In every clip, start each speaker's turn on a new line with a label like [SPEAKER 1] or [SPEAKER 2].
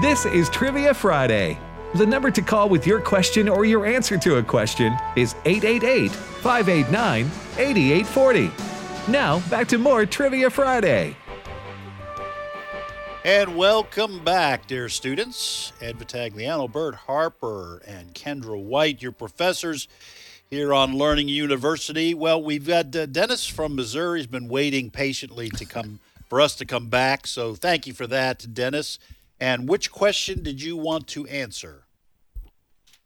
[SPEAKER 1] This is Trivia Friday. The number to call with your question or your answer to a question is 888 589 8840. Now, back to more Trivia Friday.
[SPEAKER 2] And welcome back, dear students. Ed Vitagliano, Bert Harper, and Kendra White, your professors here on Learning University. Well, we've got uh, Dennis from Missouri has been waiting patiently to come for us to come back. So thank you for that, Dennis. And which question did you want to answer?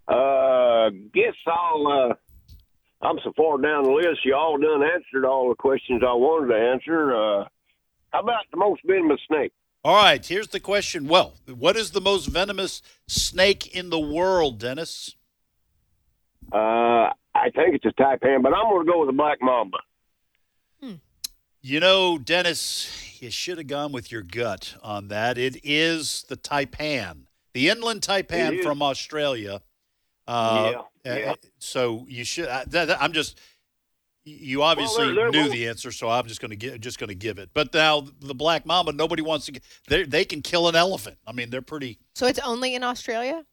[SPEAKER 3] Uh, guess I'll. Uh, I'm so far down the list. You all done answered all the questions I wanted to answer. Uh, how about the most venomous snake?
[SPEAKER 2] All right, here's the question. Well, what is the most venomous snake in the world, Dennis?
[SPEAKER 3] Uh, I think it's a taipan, but I'm going to go with the black mamba.
[SPEAKER 2] You know, Dennis, you should have gone with your gut on that. It is the taipan, the inland
[SPEAKER 3] It
[SPEAKER 2] taipan
[SPEAKER 3] is.
[SPEAKER 2] from Australia. Uh,
[SPEAKER 3] Yeah,
[SPEAKER 2] uh,
[SPEAKER 3] yeah.
[SPEAKER 2] So you should. I, that, that- I'm just. You obviously
[SPEAKER 3] they're-
[SPEAKER 2] knew the answer, so I'm just going to give just going to give it. But now the black mamba, nobody wants to. They they can kill an elephant. I mean, they're pretty.
[SPEAKER 4] So it's only in Australia?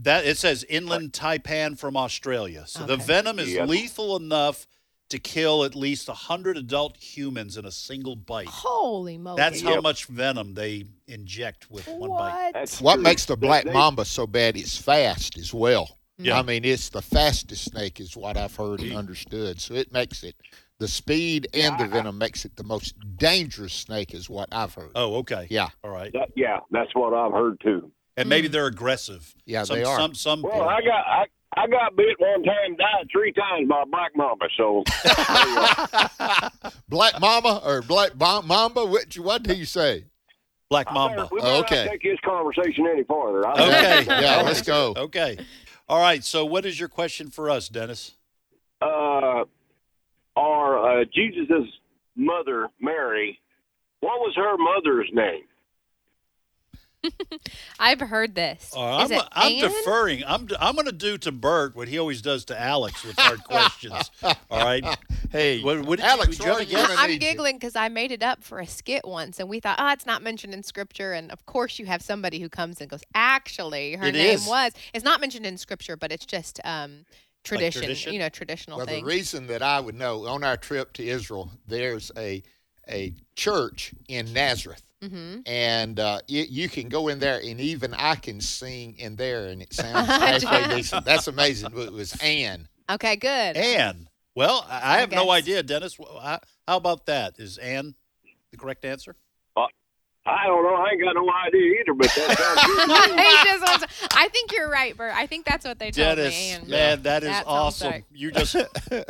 [SPEAKER 2] That it says inland taipan from Australia. So the
[SPEAKER 4] Okay.
[SPEAKER 2] venom is
[SPEAKER 3] Yeah.
[SPEAKER 2] lethal enough to kill at least 100 adult humans in a single bite.
[SPEAKER 4] Holy moly.
[SPEAKER 2] That's how
[SPEAKER 3] Yep.
[SPEAKER 2] much venom they inject with one bite.
[SPEAKER 4] what?
[SPEAKER 3] That's
[SPEAKER 5] What
[SPEAKER 3] true.
[SPEAKER 5] makes the
[SPEAKER 3] They-
[SPEAKER 5] black
[SPEAKER 3] they-
[SPEAKER 5] mamba so bad is fast as well.
[SPEAKER 2] Yeah.
[SPEAKER 5] I mean, it's the fastest snake is what I've heard and understood. So it makes it the speed and the venom makes it the most dangerous snake is what I've heard.
[SPEAKER 2] Oh, okay.
[SPEAKER 5] Yeah.
[SPEAKER 2] All right.
[SPEAKER 3] that- yeah, that's what I've heard too.
[SPEAKER 2] And maybe they're aggressive.
[SPEAKER 5] Yeah,
[SPEAKER 2] some,
[SPEAKER 5] they are.
[SPEAKER 2] Some, some.
[SPEAKER 3] Well, I got I, I got bit one time, died three times by a black mamba. So
[SPEAKER 5] Black mama or black bom- mamba? Which what do you say?
[SPEAKER 2] Black mamba.
[SPEAKER 3] we better
[SPEAKER 5] Okay.
[SPEAKER 3] not take this conversation any farther. I-
[SPEAKER 2] Okay.
[SPEAKER 5] yeah, let's go.
[SPEAKER 2] Okay. All right. So, what is your question for us, Dennis?
[SPEAKER 3] uh, are uh, Jesus' mother Mary? What was her mother's name?
[SPEAKER 6] I've heard this.
[SPEAKER 2] All right,
[SPEAKER 6] Is
[SPEAKER 2] Uh, I'm,
[SPEAKER 6] it
[SPEAKER 2] I'm
[SPEAKER 6] Anne?
[SPEAKER 2] deferring. I'm I'm going to do to Bert what he always does to Alex with hard questions. All right.
[SPEAKER 5] Hey,
[SPEAKER 2] What, what did you-
[SPEAKER 5] Alex,
[SPEAKER 2] did you have a
[SPEAKER 5] Roy,
[SPEAKER 2] guess?
[SPEAKER 5] you're gonna
[SPEAKER 4] I'm
[SPEAKER 5] need you.
[SPEAKER 4] giggling because I made it up for a skit once, and we thought, oh, it's not mentioned in scripture. And of course, you have somebody who comes and goes, actually, her
[SPEAKER 2] It
[SPEAKER 4] name
[SPEAKER 2] is.
[SPEAKER 4] was. It's not mentioned in scripture, but it's just um, tradition,
[SPEAKER 2] tradition?
[SPEAKER 4] you know, traditional
[SPEAKER 5] Well,
[SPEAKER 4] thing.
[SPEAKER 5] the reason that I would know on our trip to Israel, there's a a church in Nazareth,
[SPEAKER 4] Mhm.
[SPEAKER 5] and uh, it, you can go in there, and even I can sing in there, and it sounds halfway decent. That's amazing. But It was Anne.
[SPEAKER 4] Okay, good.
[SPEAKER 2] Anne. Well, I, I
[SPEAKER 4] I
[SPEAKER 2] have no
[SPEAKER 4] guess.
[SPEAKER 2] idea, Dennis. Well, I- How about that? Is Anne the correct answer?
[SPEAKER 3] I don't know. I ain't got no idea either. But that sounds good.
[SPEAKER 4] He just wants- I think you're right, Bert. I think that's what they told me.
[SPEAKER 2] Dennis,
[SPEAKER 4] And-
[SPEAKER 2] man, that is
[SPEAKER 4] That sounds
[SPEAKER 2] awesome.
[SPEAKER 4] right.
[SPEAKER 2] You just,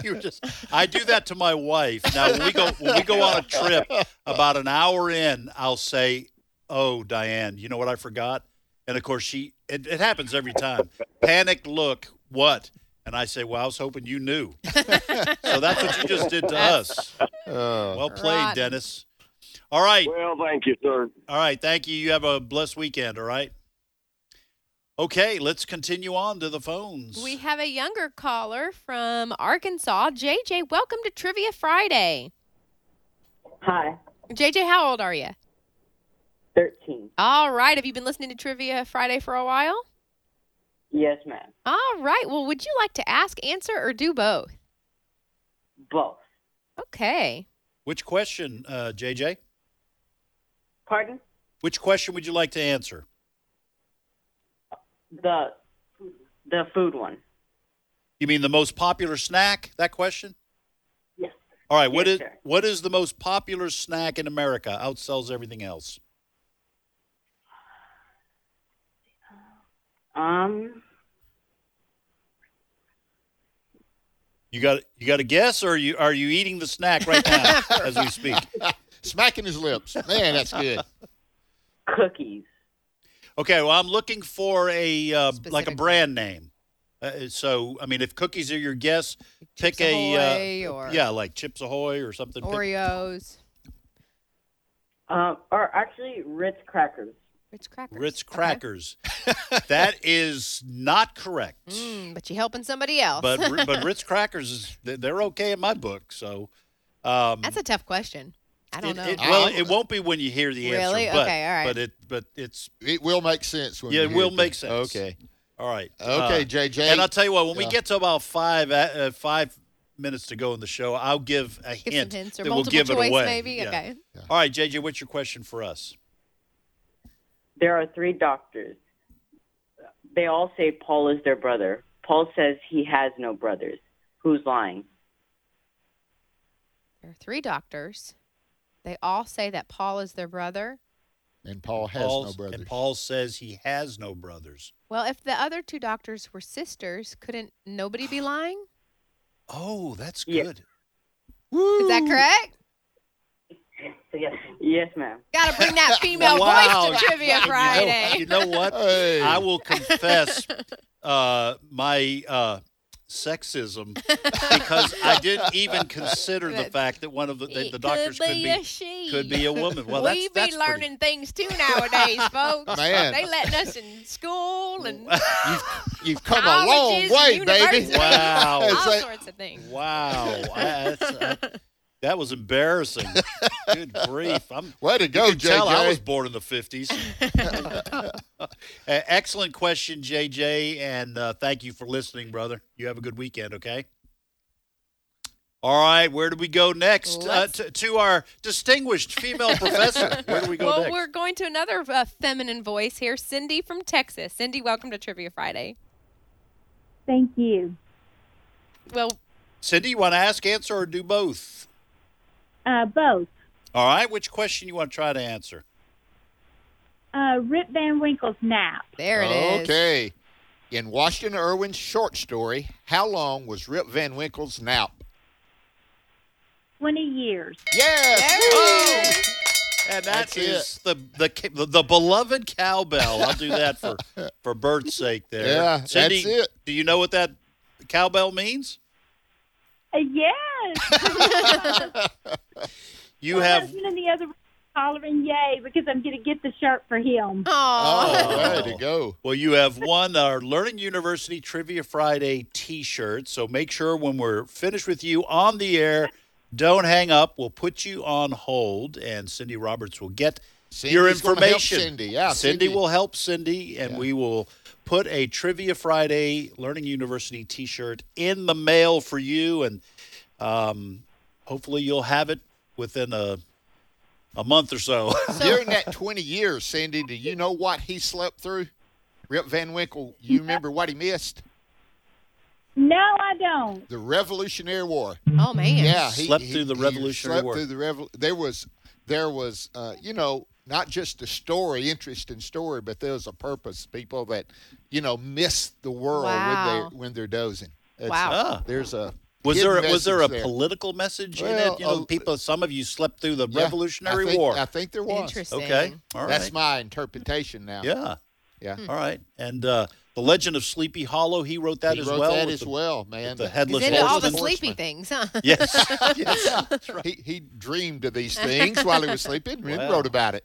[SPEAKER 2] you just. I do that to my wife. Now when we go when we go on a trip, about an hour in, I'll say, "Oh, Diane, you know what I forgot?" And of course, she. It, it happens every time. Panicked look. What? And I say, "Well, I was hoping you knew." so that's what you just did to us.
[SPEAKER 5] Uh,
[SPEAKER 2] Well played,
[SPEAKER 4] Rotten.
[SPEAKER 2] Dennis. All right.
[SPEAKER 3] well, thank you, sir.
[SPEAKER 2] All right. Thank you. You have a blessed weekend. All right. Okay, let's continue on to the phones.
[SPEAKER 4] We have a younger caller from Arkansas. JJ, welcome to Trivia Friday.
[SPEAKER 7] Hi,
[SPEAKER 4] JJ, how old are you?
[SPEAKER 7] 13.
[SPEAKER 4] All right. Have you been listening to Trivia Friday for a while?
[SPEAKER 7] Yes, ma'am.
[SPEAKER 4] All right. Well, would you like to ask, answer, or do both?
[SPEAKER 7] Both.
[SPEAKER 4] Okay.
[SPEAKER 2] Which question, uh, JJ?
[SPEAKER 7] Pardon?
[SPEAKER 2] Which question would you like to answer?
[SPEAKER 7] The the food one.
[SPEAKER 2] You mean the most popular snack? That question.
[SPEAKER 7] Yes.
[SPEAKER 2] All right. What
[SPEAKER 7] Yes,
[SPEAKER 2] is
[SPEAKER 7] sir.
[SPEAKER 2] what is the most popular snack in America? Outsells everything else.
[SPEAKER 7] Um,
[SPEAKER 2] You got you got a guess, or are you are you eating the snack right now as we speak?
[SPEAKER 5] smacking his lips. Man, that's good.
[SPEAKER 7] cookies.
[SPEAKER 2] Okay. Well, I'm looking for a uh, like a
[SPEAKER 4] Specific.
[SPEAKER 2] brand name. Uh, so, I mean, if cookies are your guess, pick
[SPEAKER 4] Chips
[SPEAKER 2] a uh,
[SPEAKER 4] Ahoy or
[SPEAKER 2] yeah, like Chips Ahoy or something. Pick-
[SPEAKER 4] Oreos,
[SPEAKER 7] Um, or actually Ritz crackers.
[SPEAKER 4] Ritz crackers.
[SPEAKER 2] Ritz
[SPEAKER 4] Okay.
[SPEAKER 2] crackers. that is not correct.
[SPEAKER 4] Mm, but you're helping somebody else.
[SPEAKER 2] but but Ritz crackers is they're okay in my book. So um,
[SPEAKER 4] That's a tough question. I don't
[SPEAKER 2] It-
[SPEAKER 4] know.
[SPEAKER 2] it-
[SPEAKER 5] I
[SPEAKER 2] well,
[SPEAKER 5] don't
[SPEAKER 2] it
[SPEAKER 5] know.
[SPEAKER 2] won't be when you hear the answer.
[SPEAKER 4] Really?
[SPEAKER 2] But,
[SPEAKER 4] Okay, all right.
[SPEAKER 2] But it, but it's
[SPEAKER 5] It will make sense when
[SPEAKER 2] yeah,
[SPEAKER 5] you
[SPEAKER 2] it
[SPEAKER 5] hear
[SPEAKER 2] will
[SPEAKER 5] the-
[SPEAKER 2] make sense.
[SPEAKER 5] Okay.
[SPEAKER 2] All right.
[SPEAKER 5] Okay,
[SPEAKER 2] Uh,
[SPEAKER 5] JJ.
[SPEAKER 2] And I'll tell you what, when we
[SPEAKER 5] Yeah.
[SPEAKER 2] get to about five uh, five minutes to go in the show, I'll give a
[SPEAKER 4] give
[SPEAKER 2] hint
[SPEAKER 4] some hints or
[SPEAKER 2] that we'll
[SPEAKER 4] multiple
[SPEAKER 2] give
[SPEAKER 4] choice
[SPEAKER 2] it away.
[SPEAKER 4] maybe.
[SPEAKER 2] Yeah.
[SPEAKER 4] Okay.
[SPEAKER 2] All right, JJ, what's your question for us?
[SPEAKER 7] There are three doctors. They all say Paul is their brother. Paul says he has no brothers. Who's lying?
[SPEAKER 4] There are three doctors. They all say that Paul is their brother.
[SPEAKER 5] and Paul has
[SPEAKER 2] Paul,
[SPEAKER 5] no brothers.
[SPEAKER 2] And Paul says he has no brothers.
[SPEAKER 4] Well, if the other two doctors were sisters, couldn't nobody be lying?
[SPEAKER 2] Oh, that's
[SPEAKER 7] Yeah.
[SPEAKER 2] good.
[SPEAKER 4] Is that correct?
[SPEAKER 7] Yes, ma'am.
[SPEAKER 4] Got to bring that female
[SPEAKER 2] Wow.
[SPEAKER 4] voice to Trivia
[SPEAKER 2] You know-
[SPEAKER 4] Friday.
[SPEAKER 2] You know, what?
[SPEAKER 5] Hey.
[SPEAKER 2] I will confess uh, my uh, sexism because I didn't even consider the
[SPEAKER 4] But
[SPEAKER 2] fact that one of the, the,
[SPEAKER 4] It
[SPEAKER 2] the doctors could be,
[SPEAKER 4] a she.
[SPEAKER 2] could be a woman. Well,
[SPEAKER 4] we
[SPEAKER 2] that's, that's
[SPEAKER 4] be
[SPEAKER 2] pretty-
[SPEAKER 4] learning things too nowadays, folks.
[SPEAKER 5] Man.
[SPEAKER 4] They letting us in school and
[SPEAKER 5] You've come a long
[SPEAKER 4] colleges
[SPEAKER 5] way,
[SPEAKER 4] and
[SPEAKER 5] baby.
[SPEAKER 4] universities.
[SPEAKER 2] Wow.
[SPEAKER 4] all
[SPEAKER 5] It's like-
[SPEAKER 4] sorts of things.
[SPEAKER 2] Wow, I- that's- I- that was embarrassing. Good grief! I'm
[SPEAKER 5] Way to go,
[SPEAKER 2] you can
[SPEAKER 5] JJ.
[SPEAKER 2] tell I was born in the fifties. E, excellent question, JJ, and uh, thank you for listening, brother. You have a good weekend. Okay. All right, where do we go next? Uh,
[SPEAKER 4] Let's-
[SPEAKER 2] to, to our distinguished female professor. Where do we go
[SPEAKER 4] well,
[SPEAKER 2] next?
[SPEAKER 4] we're going to another uh, feminine voice here, Cindy from Texas. Cindy, welcome to Trivia Friday.
[SPEAKER 6] Thank you.
[SPEAKER 4] Well,
[SPEAKER 2] Cindy, you want to ask, answer, or do both?
[SPEAKER 6] Uh, both.
[SPEAKER 2] All right, which question you want to try to answer?
[SPEAKER 6] Uh, Rip Van Winkle's nap.
[SPEAKER 4] there it is.
[SPEAKER 5] okay. In Washington Irwin's short story, how long was Rip Van Winkle's nap?
[SPEAKER 6] 20 years.
[SPEAKER 5] Yes.
[SPEAKER 4] There it
[SPEAKER 5] Woo!
[SPEAKER 4] is.
[SPEAKER 2] And
[SPEAKER 5] That's
[SPEAKER 2] that's the, the ca- the the beloved cowbell. I'll do that for for Bert's sake. There,
[SPEAKER 5] Yeah, that's
[SPEAKER 2] Cindy,
[SPEAKER 5] it.
[SPEAKER 2] Do you know what that cowbell means?
[SPEAKER 6] Uh, yes.
[SPEAKER 2] You
[SPEAKER 6] My
[SPEAKER 2] have
[SPEAKER 6] husband in the other room hollering yay because I'm going to get the shirt for him.
[SPEAKER 4] Aw.
[SPEAKER 5] Oh, way to go.
[SPEAKER 2] well, you have won our Learning University Trivia Friday T-shirt. So make sure when we're finished with you on the air, don't hang up. We'll put you on hold, and Cindy Roberts will get your
[SPEAKER 5] Cindy's gonna help
[SPEAKER 2] information.
[SPEAKER 5] Cindy. Yeah,
[SPEAKER 2] Cindy,
[SPEAKER 5] Cindy.
[SPEAKER 2] will help Cindy, and we will put a Trivia Friday Learning University T-shirt in the mail for you, and um, hopefully you'll have it within a a month or so.
[SPEAKER 5] During that 20 years, Cindy, do you know what he slept through? Rip Van Winkle, you remember what he missed?
[SPEAKER 6] No, I don't.
[SPEAKER 5] The Revolutionary War.
[SPEAKER 4] Oh, man.
[SPEAKER 5] Yeah, he
[SPEAKER 2] Slept
[SPEAKER 5] he-
[SPEAKER 2] through the
[SPEAKER 5] he
[SPEAKER 2] Revolutionary
[SPEAKER 5] slept
[SPEAKER 2] War.
[SPEAKER 5] Through the revol- there was, there was, uh, you know, not just a story, interesting story, but there was a purpose. People that, you know, miss the world
[SPEAKER 4] Wow.
[SPEAKER 5] when they when they're dozing. It's-
[SPEAKER 4] Wow.
[SPEAKER 2] Ah.
[SPEAKER 5] There's a
[SPEAKER 2] Was
[SPEAKER 5] hidden
[SPEAKER 2] there was there a
[SPEAKER 5] message
[SPEAKER 2] political message in
[SPEAKER 5] Well,
[SPEAKER 2] it? You know,
[SPEAKER 5] uh,
[SPEAKER 2] people. Some of you slept through the
[SPEAKER 5] Yeah, I
[SPEAKER 2] Revolutionary
[SPEAKER 5] think-
[SPEAKER 2] War.
[SPEAKER 5] I think there was.
[SPEAKER 4] Interesting.
[SPEAKER 2] okay, all right.
[SPEAKER 5] That's my interpretation now.
[SPEAKER 2] yeah,
[SPEAKER 5] yeah.
[SPEAKER 2] all right. And uh, the Legend of Sleepy Hollow. He wrote that
[SPEAKER 5] He
[SPEAKER 2] as
[SPEAKER 5] wrote
[SPEAKER 2] well.
[SPEAKER 5] that
[SPEAKER 2] with
[SPEAKER 5] as
[SPEAKER 2] the-
[SPEAKER 5] well, man.
[SPEAKER 2] the
[SPEAKER 5] The-
[SPEAKER 2] headless
[SPEAKER 4] He's into all the
[SPEAKER 2] horseman.
[SPEAKER 4] sleepy things, huh?
[SPEAKER 2] Yes.
[SPEAKER 5] Yeah, he, he dreamed of these things while he was sleeping and
[SPEAKER 2] Wow.
[SPEAKER 5] wrote about it.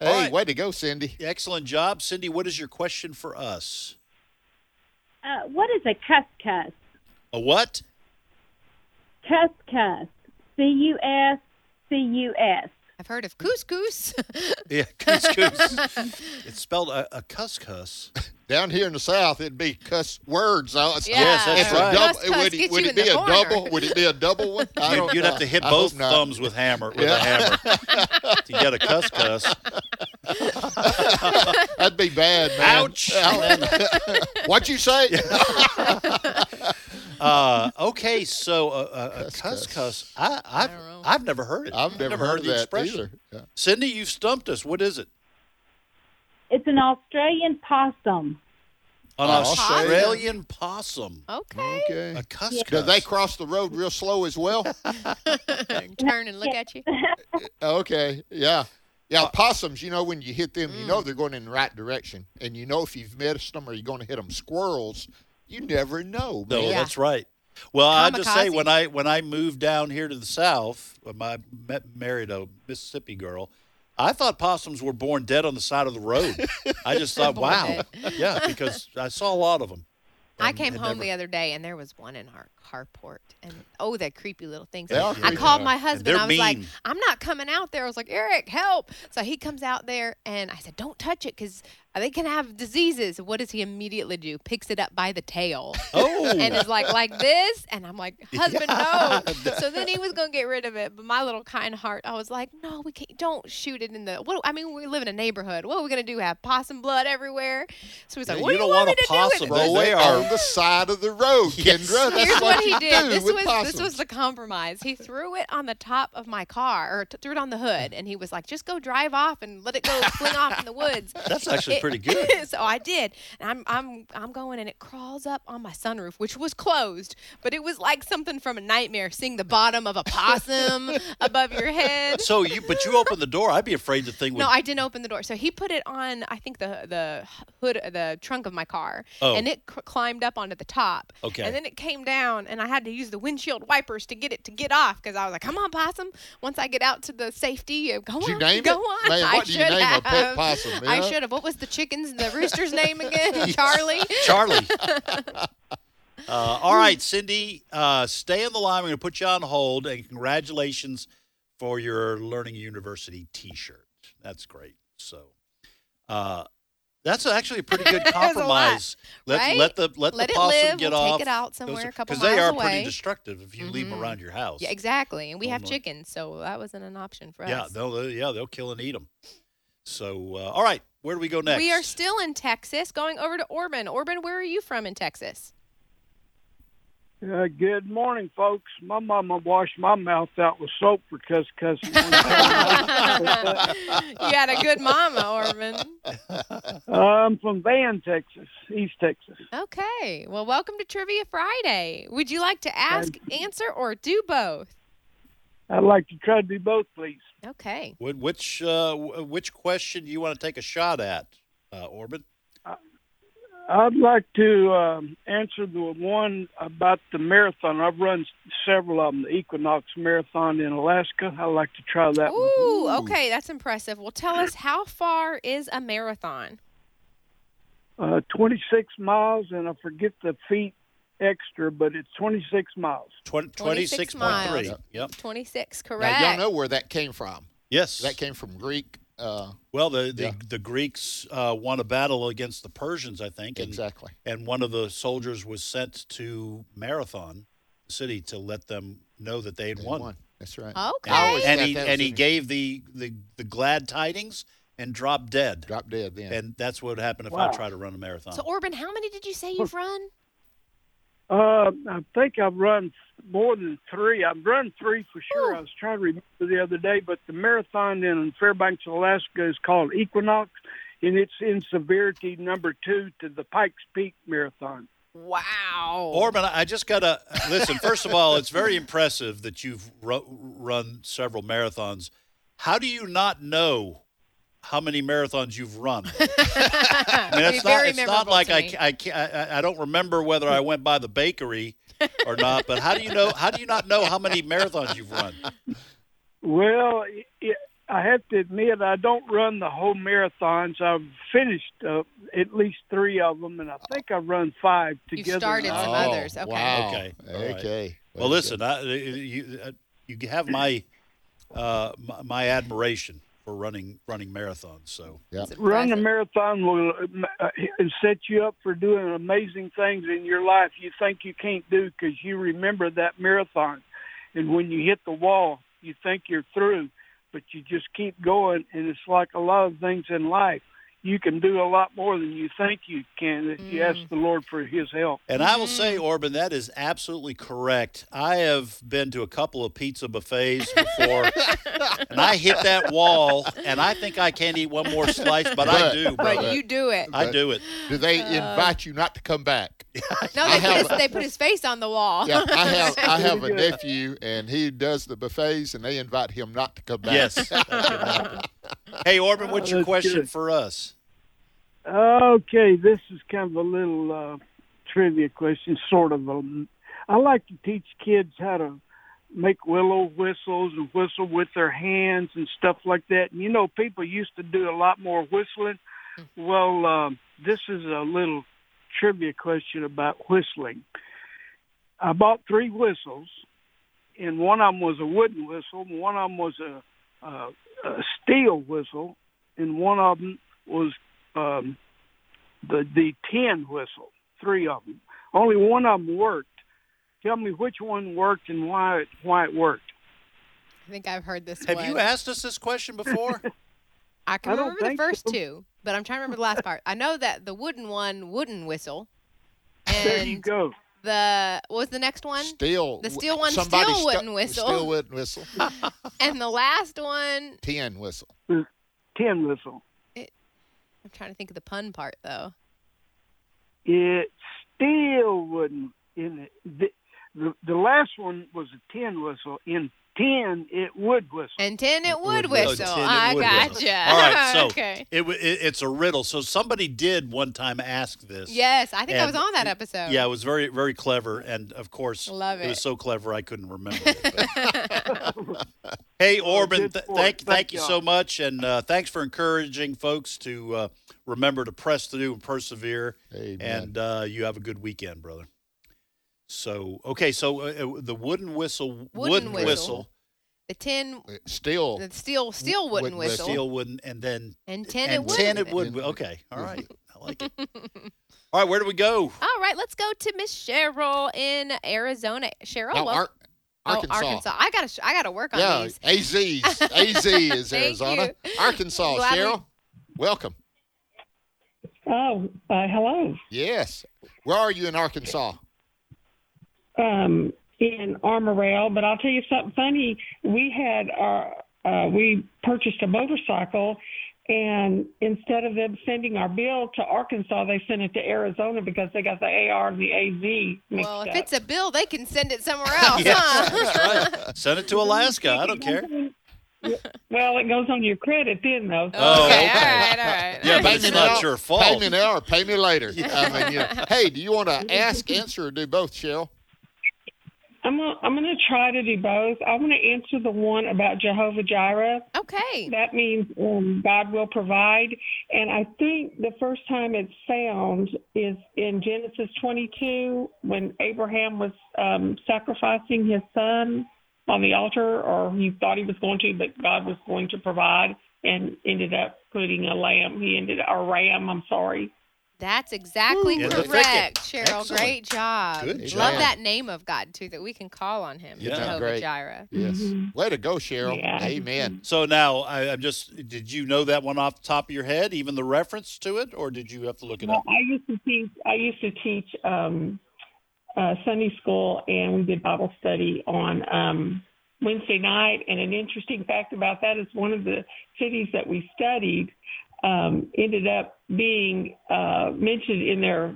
[SPEAKER 5] Hey,
[SPEAKER 2] All right.
[SPEAKER 5] way to go, Cindy.
[SPEAKER 2] Excellent job, Cindy. What is your question for us?
[SPEAKER 6] Uh, what is a cuss cuss?
[SPEAKER 2] A what?
[SPEAKER 6] Cuss cuss. C U S C U S.
[SPEAKER 4] I've heard of couscous.
[SPEAKER 2] Yeah, couscous. it's spelled a, a cuss cuss.
[SPEAKER 5] Down here in the South, it'd be cuss words. so it's-
[SPEAKER 4] Yeah, Yes,
[SPEAKER 2] that's
[SPEAKER 5] it's a
[SPEAKER 2] right.
[SPEAKER 5] double-
[SPEAKER 4] Cuss, cuss,
[SPEAKER 5] would it,
[SPEAKER 4] get
[SPEAKER 5] would
[SPEAKER 4] you
[SPEAKER 5] it
[SPEAKER 4] in
[SPEAKER 5] be
[SPEAKER 4] the
[SPEAKER 5] a
[SPEAKER 4] corner.
[SPEAKER 5] double? Would it be a double one? I
[SPEAKER 2] You'd,
[SPEAKER 5] don't
[SPEAKER 2] you'd
[SPEAKER 5] know.
[SPEAKER 2] have to hit
[SPEAKER 5] I
[SPEAKER 2] both
[SPEAKER 5] hope not.
[SPEAKER 2] thumbs with hammer with
[SPEAKER 5] Yeah.
[SPEAKER 2] a hammer to get a cuss cuss.
[SPEAKER 5] That'd be bad, man.
[SPEAKER 2] Ouch.
[SPEAKER 5] What'd you say?
[SPEAKER 2] Uh, okay, so uh, a, a, a cuss
[SPEAKER 5] Cuss,
[SPEAKER 2] cuss. I, I've
[SPEAKER 4] don't know.
[SPEAKER 2] I've never heard it.
[SPEAKER 5] I've never, heard, of
[SPEAKER 2] the
[SPEAKER 5] that
[SPEAKER 2] expression.
[SPEAKER 5] either. Yeah.
[SPEAKER 2] Cindy, you've stumped us. What is it?
[SPEAKER 6] It's an Australian possum.
[SPEAKER 2] An
[SPEAKER 5] Possum?
[SPEAKER 2] Australian possum.
[SPEAKER 4] Oh. okay.
[SPEAKER 5] Okay.
[SPEAKER 2] A cuss
[SPEAKER 5] Do
[SPEAKER 2] cuss.
[SPEAKER 5] they cross the road real slow as well?
[SPEAKER 4] Turn and look at you.
[SPEAKER 5] Okay, yeah.
[SPEAKER 4] Uh,
[SPEAKER 5] Yeah, possums, you know, when you hit them, you
[SPEAKER 4] mm.
[SPEAKER 5] know they're going in the right direction. And you know if you've missed them or you're going to hit them. Squirrels, you never know,
[SPEAKER 2] No,
[SPEAKER 5] man.
[SPEAKER 4] Yeah.
[SPEAKER 2] that's right. Well, I just say
[SPEAKER 4] Kamikaze.
[SPEAKER 2] when I when I moved down here to the South, when I met, married a Mississippi girl, I thought possums were born dead on the side of the road. I just thought,
[SPEAKER 4] Born
[SPEAKER 2] wow, yeah, because I saw a lot of them.
[SPEAKER 4] I
[SPEAKER 2] and-
[SPEAKER 4] came
[SPEAKER 2] and
[SPEAKER 4] home
[SPEAKER 2] never-
[SPEAKER 4] the other day and there was one in our carport, and oh, the creepy little things.
[SPEAKER 5] They are
[SPEAKER 4] I
[SPEAKER 5] creepy.
[SPEAKER 4] called my
[SPEAKER 2] And
[SPEAKER 4] husband.
[SPEAKER 2] they're
[SPEAKER 4] I was like,
[SPEAKER 2] mean.
[SPEAKER 4] I'm not coming out there. I was like, Eric, help! So he comes out there, and I said, Don't touch it because they can have diseases. What does he immediately do? Picks it up by the tail.
[SPEAKER 2] Oh,
[SPEAKER 4] and is like like this and i'm like husband no so then he was gonna get rid of it but my little kind heart i was like no we can't don't shoot it in the what i mean we live in a neighborhood what are we gonna do have possum blood everywhere so he's like
[SPEAKER 2] Yeah,
[SPEAKER 4] what
[SPEAKER 2] you
[SPEAKER 4] do
[SPEAKER 2] don't
[SPEAKER 4] you want me
[SPEAKER 2] want
[SPEAKER 4] to
[SPEAKER 2] a possum.
[SPEAKER 4] do with it
[SPEAKER 5] Throw
[SPEAKER 2] They
[SPEAKER 5] it
[SPEAKER 2] are-
[SPEAKER 5] on the side of the road,
[SPEAKER 2] Yes.
[SPEAKER 5] Kendra. That's
[SPEAKER 4] Here's what he
[SPEAKER 5] you
[SPEAKER 4] did.
[SPEAKER 5] do
[SPEAKER 4] This
[SPEAKER 5] with
[SPEAKER 4] was
[SPEAKER 5] possums.
[SPEAKER 4] this was the compromise. He threw it on the top of my car, or t- threw it on the hood, and he was like, "Just go drive off and let it go fling off in the woods."
[SPEAKER 2] That's actually
[SPEAKER 4] It-
[SPEAKER 2] pretty good.
[SPEAKER 4] so I did, and I'm I'm I'm going, and it crawls up on my sunroof, which was closed, but it was like something from a nightmare, seeing the bottom of a possum above your head.
[SPEAKER 2] so you, but you opened the door. I'd be afraid the thing would.
[SPEAKER 4] No, I didn't open the door. So he put it on, I think the the hood, the trunk of my car,
[SPEAKER 2] Oh.
[SPEAKER 4] and it c- climbed up onto the top.
[SPEAKER 2] Okay.
[SPEAKER 4] And then it came down, and I had to use the windshield wipers to get it to get off because I was like, "Come on, possum! Once I get out to the safety, uh, go
[SPEAKER 5] Did
[SPEAKER 4] on,
[SPEAKER 5] you name
[SPEAKER 4] go
[SPEAKER 5] it?
[SPEAKER 4] on."
[SPEAKER 5] Man,
[SPEAKER 4] I
[SPEAKER 5] what do you
[SPEAKER 4] should
[SPEAKER 5] name a
[SPEAKER 4] have.
[SPEAKER 5] pet possum,
[SPEAKER 4] I
[SPEAKER 5] yeah?
[SPEAKER 4] should have. What was the chicken's, the rooster's name again? Charlie.
[SPEAKER 2] Charlie. Uh, all right, Cindy, uh, stay on the line. We're going to put you on hold, and congratulations for your Learning University T-shirt. That's great. So, uh, that's actually a pretty good
[SPEAKER 4] That's a lot,
[SPEAKER 2] compromise. let
[SPEAKER 4] right?
[SPEAKER 2] let the let,
[SPEAKER 4] Let
[SPEAKER 2] the
[SPEAKER 4] it
[SPEAKER 2] possum
[SPEAKER 4] live.
[SPEAKER 2] get
[SPEAKER 4] We'll
[SPEAKER 2] off.
[SPEAKER 4] take it out somewhere, a couple
[SPEAKER 2] because they
[SPEAKER 4] miles
[SPEAKER 2] are
[SPEAKER 4] away.
[SPEAKER 2] pretty destructive if you leave 'em leave them
[SPEAKER 4] Mhm.
[SPEAKER 2] around your house.
[SPEAKER 4] Yeah, exactly. And we
[SPEAKER 5] Oh,
[SPEAKER 4] have
[SPEAKER 2] Hold on.
[SPEAKER 4] chickens, so that wasn't an option for
[SPEAKER 2] Yeah,
[SPEAKER 4] us.
[SPEAKER 2] they'll uh, yeah they'll kill and eat them. So, uh, all right, where do we go next?
[SPEAKER 4] We are still in Texas, going over to Orban. Orban, where are you from in Texas?
[SPEAKER 8] Uh, good morning, folks. My mama washed my mouth out with soap for cuss cussing. one time.
[SPEAKER 4] you had a good mama, Orman.
[SPEAKER 8] I'm from Van, Texas, East Texas.
[SPEAKER 4] Okay. Well, welcome to Trivia Friday. Would you like to ask, answer, or do both?
[SPEAKER 8] I'd like to try to do both, please.
[SPEAKER 4] Okay.
[SPEAKER 2] Wh- Which uh, wh- which question do you want to take a shot at, uh, Orbit?
[SPEAKER 8] I'd like to um, answer the one about the marathon. I've run s- several of them. The Equinox Marathon in Alaska. I'd like to try that one.
[SPEAKER 4] Ooh, okay. That's impressive. Well, tell us how far is a marathon?
[SPEAKER 8] Uh, 26 miles, and I forget the feet extra, but it's 26 miles.
[SPEAKER 2] Twen-
[SPEAKER 4] 26
[SPEAKER 2] 26.3.
[SPEAKER 4] miles.
[SPEAKER 2] Yep.
[SPEAKER 4] 26, correct.
[SPEAKER 5] Now, y'all know where that came from.
[SPEAKER 2] Yes.
[SPEAKER 5] That came from Greek. Uh,
[SPEAKER 2] well, the, the,
[SPEAKER 5] Yeah.
[SPEAKER 2] the Greeks uh, won a battle against the Persians, I think. And,
[SPEAKER 5] exactly.
[SPEAKER 2] and one of the soldiers was sent to Marathon City to let them know that they had
[SPEAKER 5] They
[SPEAKER 2] won.
[SPEAKER 5] won. That's right.
[SPEAKER 4] Oh. Okay.
[SPEAKER 5] I always
[SPEAKER 2] And
[SPEAKER 5] thought
[SPEAKER 2] he,
[SPEAKER 5] that was
[SPEAKER 2] and he
[SPEAKER 5] interesting.
[SPEAKER 2] gave the, the, the glad tidings and dropped dead.
[SPEAKER 5] Drop dead then.
[SPEAKER 2] And that's what would happen if
[SPEAKER 8] Wow.
[SPEAKER 2] I try to run a marathon.
[SPEAKER 4] So, Orban, how many did you say you've run?
[SPEAKER 8] Uh, I think I've run more than three. I've run three for sure. I was trying to remember the other day, but the marathon in Fairbanks, Alaska is called Equinox, and it's in severity number two to the Pikes Peak Marathon.
[SPEAKER 4] Wow.
[SPEAKER 2] Orban, I just gotta listen. First of all, it's very impressive that you've ru- run several marathons. How do you not know how many marathons you've run? I mean,
[SPEAKER 4] Be
[SPEAKER 2] it's not,
[SPEAKER 4] very
[SPEAKER 2] it's not
[SPEAKER 4] memorable
[SPEAKER 2] like
[SPEAKER 4] to
[SPEAKER 2] I,
[SPEAKER 4] me.
[SPEAKER 2] ca- I, ca- I, I don't remember whether I went by the bakery or not. But how do you know? How do you not know how many marathons you've run?
[SPEAKER 8] Well, it, it, I have to admit, I don't run the whole marathons. I've finished uh, at least three of them, and I think I've run five
[SPEAKER 4] You've
[SPEAKER 8] together.
[SPEAKER 4] started some
[SPEAKER 5] oh,
[SPEAKER 4] others. Okay.
[SPEAKER 5] Wow.
[SPEAKER 2] Okay. All right.
[SPEAKER 5] Okay.
[SPEAKER 2] Well,
[SPEAKER 5] Very
[SPEAKER 2] listen, I, you uh, you have my uh, my, my admiration for running running marathons. So.
[SPEAKER 5] good.
[SPEAKER 4] That's
[SPEAKER 8] Run a
[SPEAKER 4] impressive.
[SPEAKER 8] marathon will uh, set you up for doing amazing things in your life you think you can't do because you remember that marathon. And when you hit the wall, you think you're through, but you just keep going. And it's like a lot of things in life. You can do a lot more than you think you can if you ask the Lord for His help.
[SPEAKER 2] And I will say,
[SPEAKER 4] Mm-hmm.
[SPEAKER 2] Orban, that is absolutely correct. I have been to a couple of pizza buffets before, and I hit that wall, and I think I can't eat one more slice, but, I
[SPEAKER 5] But-
[SPEAKER 2] do,
[SPEAKER 5] but
[SPEAKER 2] brother.
[SPEAKER 4] But you do it.
[SPEAKER 2] I do it.
[SPEAKER 5] Do they
[SPEAKER 4] Uh,
[SPEAKER 5] invite you not to come back?
[SPEAKER 4] No,
[SPEAKER 5] I
[SPEAKER 4] they put,
[SPEAKER 5] have-
[SPEAKER 4] his, they put his face on the wall.
[SPEAKER 5] Yeah, I have I have a nephew and he does the buffets and they invite him not to come back.
[SPEAKER 2] Yes. that can happen. hey, Orban, what's your
[SPEAKER 8] That's
[SPEAKER 2] question
[SPEAKER 8] good.
[SPEAKER 2] for us?
[SPEAKER 8] Okay, this is kind of a little uh, trivia question, sort of. Um, I like to teach kids how to make willow whistles and whistle with their hands and stuff like that. And you know, people used to do a lot more whistling. Well, um, this is a little
[SPEAKER 9] trivia question about whistling. I bought three whistles, and one of them was a wooden whistle, and one of them was a, a, a steel whistle, and one of them was um, the the tin whistle. Three of them. Only one of them worked. Tell me which one worked and why it why it worked.
[SPEAKER 4] I think I've heard this
[SPEAKER 2] Have
[SPEAKER 4] one.
[SPEAKER 2] you asked us this question before?
[SPEAKER 4] I can
[SPEAKER 9] I don't
[SPEAKER 4] remember the
[SPEAKER 9] think
[SPEAKER 4] first
[SPEAKER 9] so.
[SPEAKER 4] two, but I'm trying to remember the last part. I know that the wooden one wouldn't whistle.
[SPEAKER 9] There you
[SPEAKER 4] And
[SPEAKER 9] go.
[SPEAKER 4] the what was the next one?
[SPEAKER 5] Still,
[SPEAKER 4] The steel one
[SPEAKER 5] somebody
[SPEAKER 4] still
[SPEAKER 5] stu-
[SPEAKER 4] wouldn't whistle. Ah.
[SPEAKER 5] Still wouldn't whistle.
[SPEAKER 4] And the last one
[SPEAKER 5] Ten whistle.
[SPEAKER 9] Tin whistle.
[SPEAKER 4] I'm trying to think of the pun part though.
[SPEAKER 9] It still wouldn't. In the, the the last one was a tin whistle. In tin, it would whistle.
[SPEAKER 4] And ten it would
[SPEAKER 5] would
[SPEAKER 4] whistle.
[SPEAKER 2] Oh, tin, it
[SPEAKER 4] I
[SPEAKER 2] would
[SPEAKER 4] gotcha.
[SPEAKER 2] whistle. All right, so
[SPEAKER 4] okay.
[SPEAKER 2] it, wa- it it's a riddle. So somebody did one time ask this.
[SPEAKER 4] Yes, I think I was
[SPEAKER 2] And-
[SPEAKER 4] on that episode.
[SPEAKER 2] Yeah, it was very very clever, and of course,
[SPEAKER 4] Love
[SPEAKER 2] was
[SPEAKER 4] it.
[SPEAKER 2] so clever I couldn't remember. it, but- hey, Orban,
[SPEAKER 9] Oh, good
[SPEAKER 2] th-
[SPEAKER 9] sport.
[SPEAKER 2] thank thank
[SPEAKER 9] Thank
[SPEAKER 2] you
[SPEAKER 9] y'all.
[SPEAKER 2] so much, and uh, thanks for encouraging folks to uh, remember to press through and persevere.
[SPEAKER 5] Amen.
[SPEAKER 2] And uh, you have a good weekend, brother. So okay, so uh, uh, the wooden whistle,
[SPEAKER 4] Wooden whistle. The tin
[SPEAKER 5] It still,
[SPEAKER 4] the steel steel wouldn't
[SPEAKER 5] wouldn't
[SPEAKER 4] whistle.
[SPEAKER 2] steel wooldn't, and then
[SPEAKER 4] And ten
[SPEAKER 2] and
[SPEAKER 4] it would.
[SPEAKER 2] ten it
[SPEAKER 4] not
[SPEAKER 2] would.
[SPEAKER 5] Yeah.
[SPEAKER 2] Okay, all right, I like it. All right, where do we go?
[SPEAKER 4] All right, let's go to Miss Cheryl in Arizona. Cheryl,
[SPEAKER 5] no,
[SPEAKER 4] well,
[SPEAKER 5] Ar- Arkansas.
[SPEAKER 4] Oh, Arkansas. I gotta, sh- I gotta work on
[SPEAKER 5] Yeah,
[SPEAKER 4] these.
[SPEAKER 5] AZ's. AZ is
[SPEAKER 4] Thank
[SPEAKER 5] Arizona.
[SPEAKER 4] you.
[SPEAKER 5] Arkansas,
[SPEAKER 4] Glad we-
[SPEAKER 5] Cheryl. Welcome.
[SPEAKER 8] Oh, uh, hello.
[SPEAKER 5] Yes. Where are you in Arkansas?
[SPEAKER 8] Um, in Armorale, but I'll tell you something funny. We had our uh, we purchased a motorcycle, and instead of them sending our bill to Arkansas, they sent it to Arizona because they got the AR and the AZ mixed
[SPEAKER 4] Well, if
[SPEAKER 8] up.
[SPEAKER 4] it's a bill, they can send it somewhere else,
[SPEAKER 2] Yes,
[SPEAKER 4] huh?
[SPEAKER 2] that's right. Send it to Alaska. I don't care.
[SPEAKER 8] well, it goes on your credit then, though.
[SPEAKER 2] Oh, okay.
[SPEAKER 4] all right, all right.
[SPEAKER 2] Yeah, but it's
[SPEAKER 5] Pay me
[SPEAKER 2] not
[SPEAKER 5] now,
[SPEAKER 2] your
[SPEAKER 5] Pay
[SPEAKER 2] fault.
[SPEAKER 5] me now or pay me later. I mean, you know, hey, do you want to ask, answer, or do both, Cheryl?
[SPEAKER 8] I'm gonna, I'm going to try to do both. I want to answer the one about Jehovah Jireh.
[SPEAKER 4] Okay.
[SPEAKER 8] That means um, God will provide. And I think the first time it's found is in Genesis 22 when Abraham was um, sacrificing his son on the altar, or he thought he was going to, but God was going to provide and ended up putting a lamb. He ended a ram, I'm sorry.
[SPEAKER 4] That's exactly
[SPEAKER 2] In the thicket.
[SPEAKER 4] correct, Cheryl.
[SPEAKER 2] Excellent.
[SPEAKER 4] Great job.
[SPEAKER 2] Good
[SPEAKER 5] job.
[SPEAKER 4] Love that name of God too, that we can call on Him,
[SPEAKER 2] Yeah.
[SPEAKER 4] Jehovah
[SPEAKER 5] Great.
[SPEAKER 4] Jireh.
[SPEAKER 5] Yes.
[SPEAKER 4] Mm-hmm.
[SPEAKER 8] Mhm.
[SPEAKER 5] Way to go, Cheryl.
[SPEAKER 8] Yeah.
[SPEAKER 5] Amen.
[SPEAKER 2] So now I, I'm just. Did you know that one off the top of your head? Even the reference to it, or did you have to look it up?
[SPEAKER 8] Well, I used to teach. I used to teach um, uh, Sunday school, and we did Bible study on um, Wednesday night. And an interesting fact about that is one of the cities that we studied um, ended up being uh, mentioned in their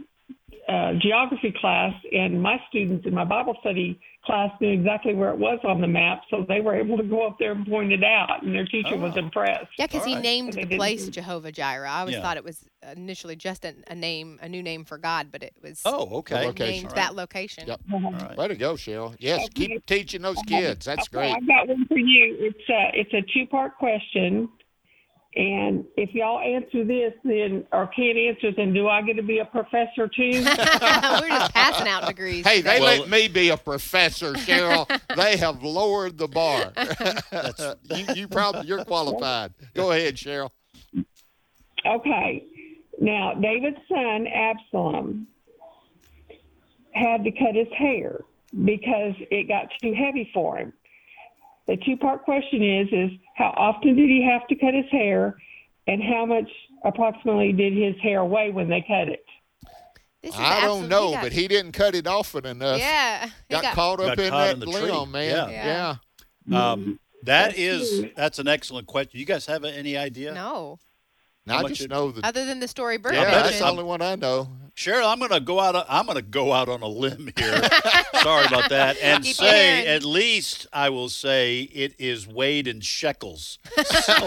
[SPEAKER 8] uh, geography class, and my students in my Bible study class knew exactly where it was on the map, so they were able to go up there and point it out, and their teacher was
[SPEAKER 2] Oh.
[SPEAKER 8] impressed.
[SPEAKER 4] Yeah, because
[SPEAKER 2] All
[SPEAKER 4] he
[SPEAKER 2] right.
[SPEAKER 4] named
[SPEAKER 8] They
[SPEAKER 4] the
[SPEAKER 8] didn't
[SPEAKER 4] place
[SPEAKER 8] do-
[SPEAKER 4] Jehovah Jireh. I always
[SPEAKER 2] Yeah.
[SPEAKER 4] thought it was initially just a, a name, a new name for God, but it was
[SPEAKER 2] Oh, okay.
[SPEAKER 5] location.
[SPEAKER 4] named
[SPEAKER 2] All right.
[SPEAKER 4] that location.
[SPEAKER 5] Yep.
[SPEAKER 2] All right.
[SPEAKER 5] Way to go, Cheryl. Yes. Keep teaching those kids. That's
[SPEAKER 8] Okay,
[SPEAKER 5] great.
[SPEAKER 8] I've got one for you. It's a it's a two part question, and if y'all answer this, then or can't answer, then do I get to be a professor too?
[SPEAKER 4] We're just passing out degrees.
[SPEAKER 5] Hey,
[SPEAKER 4] today.
[SPEAKER 5] they
[SPEAKER 2] Well-
[SPEAKER 5] let me be a professor, Cheryl. they have lowered the bar. you, you probably you're qualified. Go ahead, Cheryl.
[SPEAKER 8] okay. Now David's son Absalom had to cut his hair because it got too heavy for him. The two part question is is how often did he have to cut his hair, and how much approximately did his hair weigh when they cut it?
[SPEAKER 4] This is
[SPEAKER 5] I
[SPEAKER 4] absolute-
[SPEAKER 5] don't know,
[SPEAKER 4] got-
[SPEAKER 5] but he didn't cut it often enough.
[SPEAKER 4] yeah, he
[SPEAKER 5] Got, caught
[SPEAKER 2] Got
[SPEAKER 5] up in
[SPEAKER 2] caught
[SPEAKER 5] that
[SPEAKER 2] in the tree.
[SPEAKER 5] limb,
[SPEAKER 2] Yeah.
[SPEAKER 5] man.
[SPEAKER 4] Yeah.
[SPEAKER 5] Yeah.
[SPEAKER 2] Um, that is. That's an excellent question. You guys have any idea?
[SPEAKER 4] no.
[SPEAKER 5] Now
[SPEAKER 2] How
[SPEAKER 5] I
[SPEAKER 2] much
[SPEAKER 5] just
[SPEAKER 2] it-
[SPEAKER 5] know the.
[SPEAKER 4] Other than the story bird
[SPEAKER 5] Yeah,
[SPEAKER 2] bet
[SPEAKER 5] that's
[SPEAKER 2] it's-
[SPEAKER 5] the
[SPEAKER 4] version.
[SPEAKER 5] only one I know.
[SPEAKER 2] Cheryl, I'm gonna go out. On, I'm gonna go out on a limb here. Sorry about that. And
[SPEAKER 4] Keep
[SPEAKER 2] say
[SPEAKER 4] it in.
[SPEAKER 2] at least I will say it is weighed in shekels. So,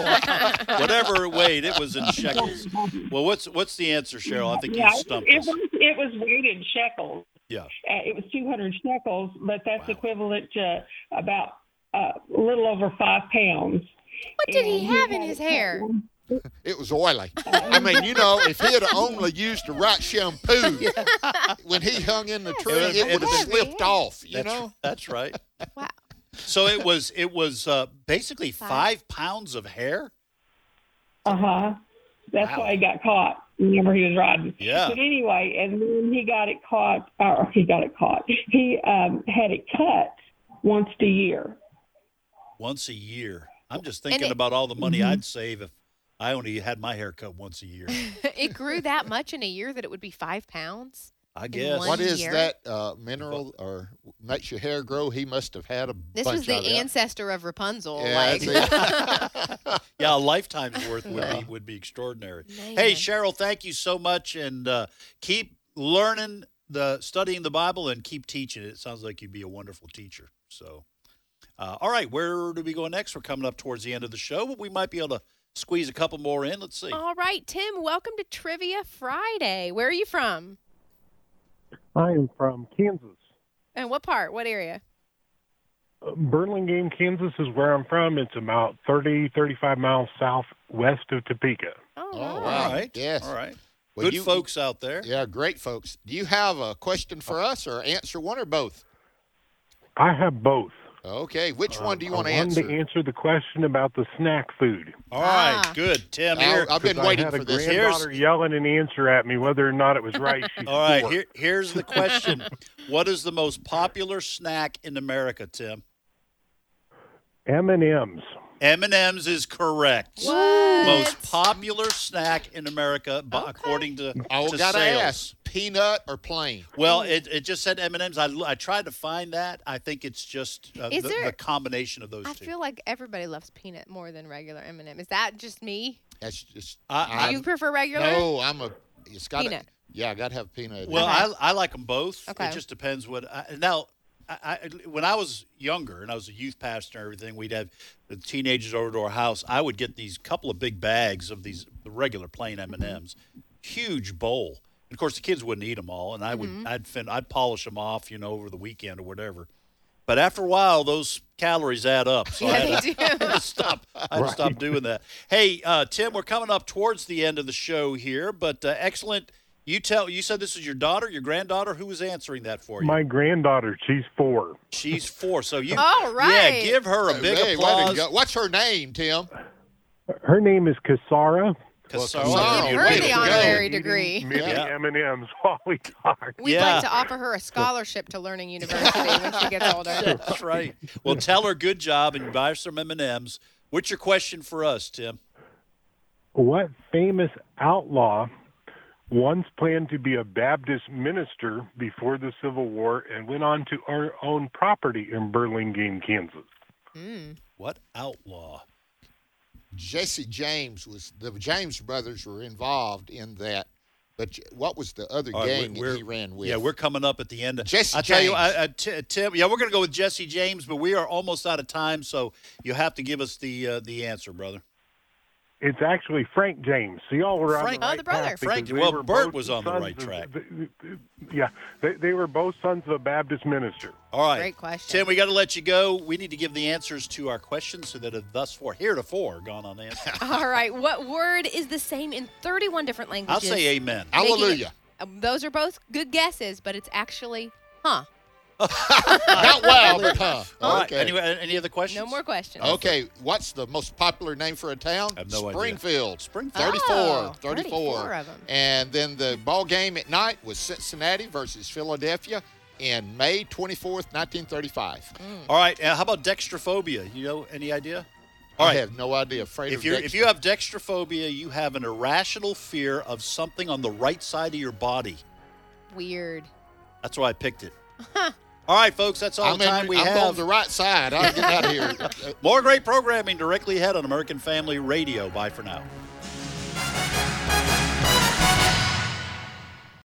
[SPEAKER 2] whatever it weighed, it was in shekels. Well, what's what's the answer, Cheryl? I think you
[SPEAKER 8] Yeah,
[SPEAKER 2] stumped
[SPEAKER 8] it
[SPEAKER 2] us.
[SPEAKER 8] was it was weighed in shekels.
[SPEAKER 2] Yeah.
[SPEAKER 8] Uh, it was 200 shekels, but that's
[SPEAKER 2] Wow.
[SPEAKER 8] equivalent to about uh, a little over five pounds.
[SPEAKER 4] What did he
[SPEAKER 8] And
[SPEAKER 4] have in
[SPEAKER 8] had
[SPEAKER 4] his
[SPEAKER 8] it cut
[SPEAKER 4] hair?
[SPEAKER 8] one-
[SPEAKER 5] It was oily. I mean, you know, if he had only used the right shampoo when he hung in the tree,
[SPEAKER 2] would've-
[SPEAKER 5] it would have
[SPEAKER 2] it'd've been-
[SPEAKER 5] slipped off. You
[SPEAKER 2] That's,
[SPEAKER 5] know,
[SPEAKER 2] that's right.
[SPEAKER 4] Wow.
[SPEAKER 2] So it was it was uh, basically
[SPEAKER 4] Five.
[SPEAKER 2] five pounds of hair.
[SPEAKER 8] Uh huh. That's
[SPEAKER 2] Wow.
[SPEAKER 8] why he got caught. Remember, he was riding.
[SPEAKER 2] Yeah.
[SPEAKER 8] But anyway, and then he got it caught, or he got it caught. He um, had it cut once a year.
[SPEAKER 2] once a year. I'm just thinking
[SPEAKER 4] it- Mm-hmm.
[SPEAKER 2] about all the money I'd save if I only had my hair cut once a year.
[SPEAKER 4] it grew that much in a year that it would be five pounds.
[SPEAKER 2] I
[SPEAKER 4] In
[SPEAKER 2] guess.
[SPEAKER 4] one
[SPEAKER 5] what is
[SPEAKER 4] year.
[SPEAKER 5] that uh, mineral or makes your hair grow? He must have had a
[SPEAKER 4] This
[SPEAKER 5] bunch
[SPEAKER 4] was the
[SPEAKER 5] of it.
[SPEAKER 4] ancestor of Rapunzel.
[SPEAKER 5] Yeah,
[SPEAKER 4] like,
[SPEAKER 5] that's it.
[SPEAKER 2] Yeah, a lifetime's worth would be would be extraordinary. Hey,
[SPEAKER 4] Man.
[SPEAKER 2] Cheryl, thank you so much, and uh, keep learning the studying the Bible and keep teaching it. It sounds like you'd be a wonderful teacher. So, uh, all right, where do we go next? We're coming up towards the end of the show, but we might be able to squeeze a couple more in. Let's see.
[SPEAKER 4] All right, Tim, welcome to Trivia Friday. Where are you from?
[SPEAKER 10] I am from Kansas.
[SPEAKER 4] And what part? What area?
[SPEAKER 10] Uh, Burlingame, Kansas is where I'm from. It's about 30, 35 miles southwest of Topeka.
[SPEAKER 4] Oh,
[SPEAKER 5] Oh,
[SPEAKER 4] wow.
[SPEAKER 5] wow.
[SPEAKER 2] all right,
[SPEAKER 5] Yes.
[SPEAKER 2] all right.
[SPEAKER 5] Well,
[SPEAKER 2] Good
[SPEAKER 5] you-
[SPEAKER 2] folks out there.
[SPEAKER 5] Yeah, great folks. Do you have a question for us or answer one or both?
[SPEAKER 10] I have both.
[SPEAKER 5] Okay, which
[SPEAKER 2] Uh,
[SPEAKER 5] one do you
[SPEAKER 10] I
[SPEAKER 5] want to
[SPEAKER 10] wanted
[SPEAKER 5] answer?
[SPEAKER 10] to answer the question about the snack food.
[SPEAKER 2] All right,
[SPEAKER 4] Ah.
[SPEAKER 2] good, Tim.
[SPEAKER 5] I'll-
[SPEAKER 2] Here,
[SPEAKER 5] I've been
[SPEAKER 10] 'Cause I
[SPEAKER 5] waiting
[SPEAKER 10] had
[SPEAKER 5] for
[SPEAKER 10] a
[SPEAKER 5] this.
[SPEAKER 2] Here's-
[SPEAKER 10] granddaughter yelling an answer at me whether or not it was right. She's
[SPEAKER 2] All right,
[SPEAKER 10] four.
[SPEAKER 2] here, here's the question. what is the most popular snack in America, Tim?
[SPEAKER 10] M&M's.
[SPEAKER 2] M&M's is correct.
[SPEAKER 4] What?
[SPEAKER 2] Most popular snack in America b-
[SPEAKER 4] Okay.
[SPEAKER 2] according to,
[SPEAKER 5] Oh,
[SPEAKER 2] to
[SPEAKER 5] gotta
[SPEAKER 2] sales.
[SPEAKER 5] ask, peanut or plain?
[SPEAKER 2] Well, it, it just said M&M's. I, l- I tried to find that. I think it's just uh, the,
[SPEAKER 4] Is there-
[SPEAKER 2] the combination of those
[SPEAKER 4] I
[SPEAKER 2] two.
[SPEAKER 4] feel like everybody loves peanut more than regular M&M. Is that just me?
[SPEAKER 5] That's just.
[SPEAKER 2] I-
[SPEAKER 4] Do you prefer regular?
[SPEAKER 5] no, I'm a. It's got to.
[SPEAKER 4] Peanut.
[SPEAKER 5] Yeah, I gotta have peanut.
[SPEAKER 2] well,
[SPEAKER 4] Okay.
[SPEAKER 2] I, I like them both.
[SPEAKER 4] Okay.
[SPEAKER 2] It just depends what. I, now, I, I, when I was younger and I was a youth pastor and everything, we'd have the teenagers over to our house. I would get these couple of big bags of these the regular plain M and M's, huge bowl. And of course, the kids wouldn't eat them all, and I would I'd fin- I'd polish them off, you know, over the weekend or whatever. But after a while, those calories add up. So I had
[SPEAKER 4] Yeah,
[SPEAKER 2] to-
[SPEAKER 4] they do.
[SPEAKER 2] to stop. I had to stop doing that. Hey, uh, Tim, we're coming up towards the end of the show here, but uh, excellent. You tell. You said this is your daughter, your granddaughter. Who was answering that for you?
[SPEAKER 10] My granddaughter, she's four.
[SPEAKER 2] She's four. So you.
[SPEAKER 4] All right.
[SPEAKER 2] Yeah, give her a big
[SPEAKER 5] Hey, way to
[SPEAKER 2] applause.
[SPEAKER 5] go. What's her name, Tim?
[SPEAKER 10] Her name is Kasara.
[SPEAKER 2] Cassara,
[SPEAKER 5] Cassara,
[SPEAKER 2] you
[SPEAKER 4] Give
[SPEAKER 5] way
[SPEAKER 4] her
[SPEAKER 5] to
[SPEAKER 4] the
[SPEAKER 5] go.
[SPEAKER 4] honorary
[SPEAKER 10] Eating
[SPEAKER 4] degree.
[SPEAKER 10] Many
[SPEAKER 5] Yeah.
[SPEAKER 10] M&M's while we talk.
[SPEAKER 4] We'd
[SPEAKER 2] Yeah.
[SPEAKER 4] like to offer her a scholarship to Learning University when she gets older.
[SPEAKER 2] That's right. Well, tell her good job and buy her some M and M's. What's your question for us, Tim?
[SPEAKER 10] What famous outlaw once planned to be a Baptist minister before the Civil War and went on to our own property in Burlingame, Kansas?
[SPEAKER 2] What outlaw?
[SPEAKER 5] Jesse James was the James brothers were involved in that. But j- what was the other
[SPEAKER 2] All right,
[SPEAKER 5] gang
[SPEAKER 2] we're-
[SPEAKER 5] that he ran with?
[SPEAKER 2] Yeah, we're coming up at the end. of-
[SPEAKER 5] Jesse
[SPEAKER 2] I tell you,
[SPEAKER 5] James.
[SPEAKER 2] I, I, t- Tim. Yeah, we're going to go with Jesse James, but we are almost out of time, so you have to give us the uh, the answer, brother.
[SPEAKER 10] It's actually Frank James. So y'all were
[SPEAKER 2] Frank-
[SPEAKER 10] on the
[SPEAKER 2] oh,
[SPEAKER 10] right
[SPEAKER 4] the brother.
[SPEAKER 10] path because
[SPEAKER 2] Frank-
[SPEAKER 10] they
[SPEAKER 2] well,
[SPEAKER 10] were
[SPEAKER 2] Bert
[SPEAKER 10] both
[SPEAKER 2] was on the
[SPEAKER 10] sons
[SPEAKER 2] right
[SPEAKER 10] of-
[SPEAKER 2] track.
[SPEAKER 10] th- th- th- yeah, they, they were both sons of a Baptist minister.
[SPEAKER 2] All right.
[SPEAKER 4] Great question.
[SPEAKER 2] Tim, we got to let you go. We need to give the answers to our questions so that have thus far, heretofore, gone unanswered.
[SPEAKER 4] All right. What word is the same in 31 different
[SPEAKER 2] I'll
[SPEAKER 4] languages?
[SPEAKER 2] say amen.
[SPEAKER 4] Making it-
[SPEAKER 5] Hallelujah.
[SPEAKER 4] Um, Those are both good guesses, but it's actually, huh?
[SPEAKER 5] Not wow, but huh.
[SPEAKER 2] All right.
[SPEAKER 5] Oh, okay.
[SPEAKER 2] Anyway, a- any other questions?
[SPEAKER 4] No more questions.
[SPEAKER 5] Okay, what's the most popular name for a town?
[SPEAKER 2] I have no idea.
[SPEAKER 5] Springfield.
[SPEAKER 2] Springfield.
[SPEAKER 5] 34,
[SPEAKER 4] Oh,
[SPEAKER 5] 34.
[SPEAKER 4] 34 of 'em.
[SPEAKER 5] And then the ball game at night was Cincinnati versus Philadelphia in May 24th, 1935.
[SPEAKER 4] Hmm.
[SPEAKER 2] All right. Uh, how about dextrophobia? You know, any idea? All
[SPEAKER 5] I
[SPEAKER 2] right.
[SPEAKER 5] have no idea. Afraid
[SPEAKER 2] If
[SPEAKER 5] of
[SPEAKER 2] you
[SPEAKER 5] Dexter.
[SPEAKER 2] if you have dextrophobia, you have an irrational fear of something on the right side of your body.
[SPEAKER 4] Weird.
[SPEAKER 2] That's why I picked it. all right, folks. That's all
[SPEAKER 5] I'm,
[SPEAKER 2] the time
[SPEAKER 5] in,
[SPEAKER 2] we
[SPEAKER 5] I'm
[SPEAKER 2] have.
[SPEAKER 5] on the right side. I'll get out of here.
[SPEAKER 2] More great programming directly ahead on American Family Radio. Bye for now.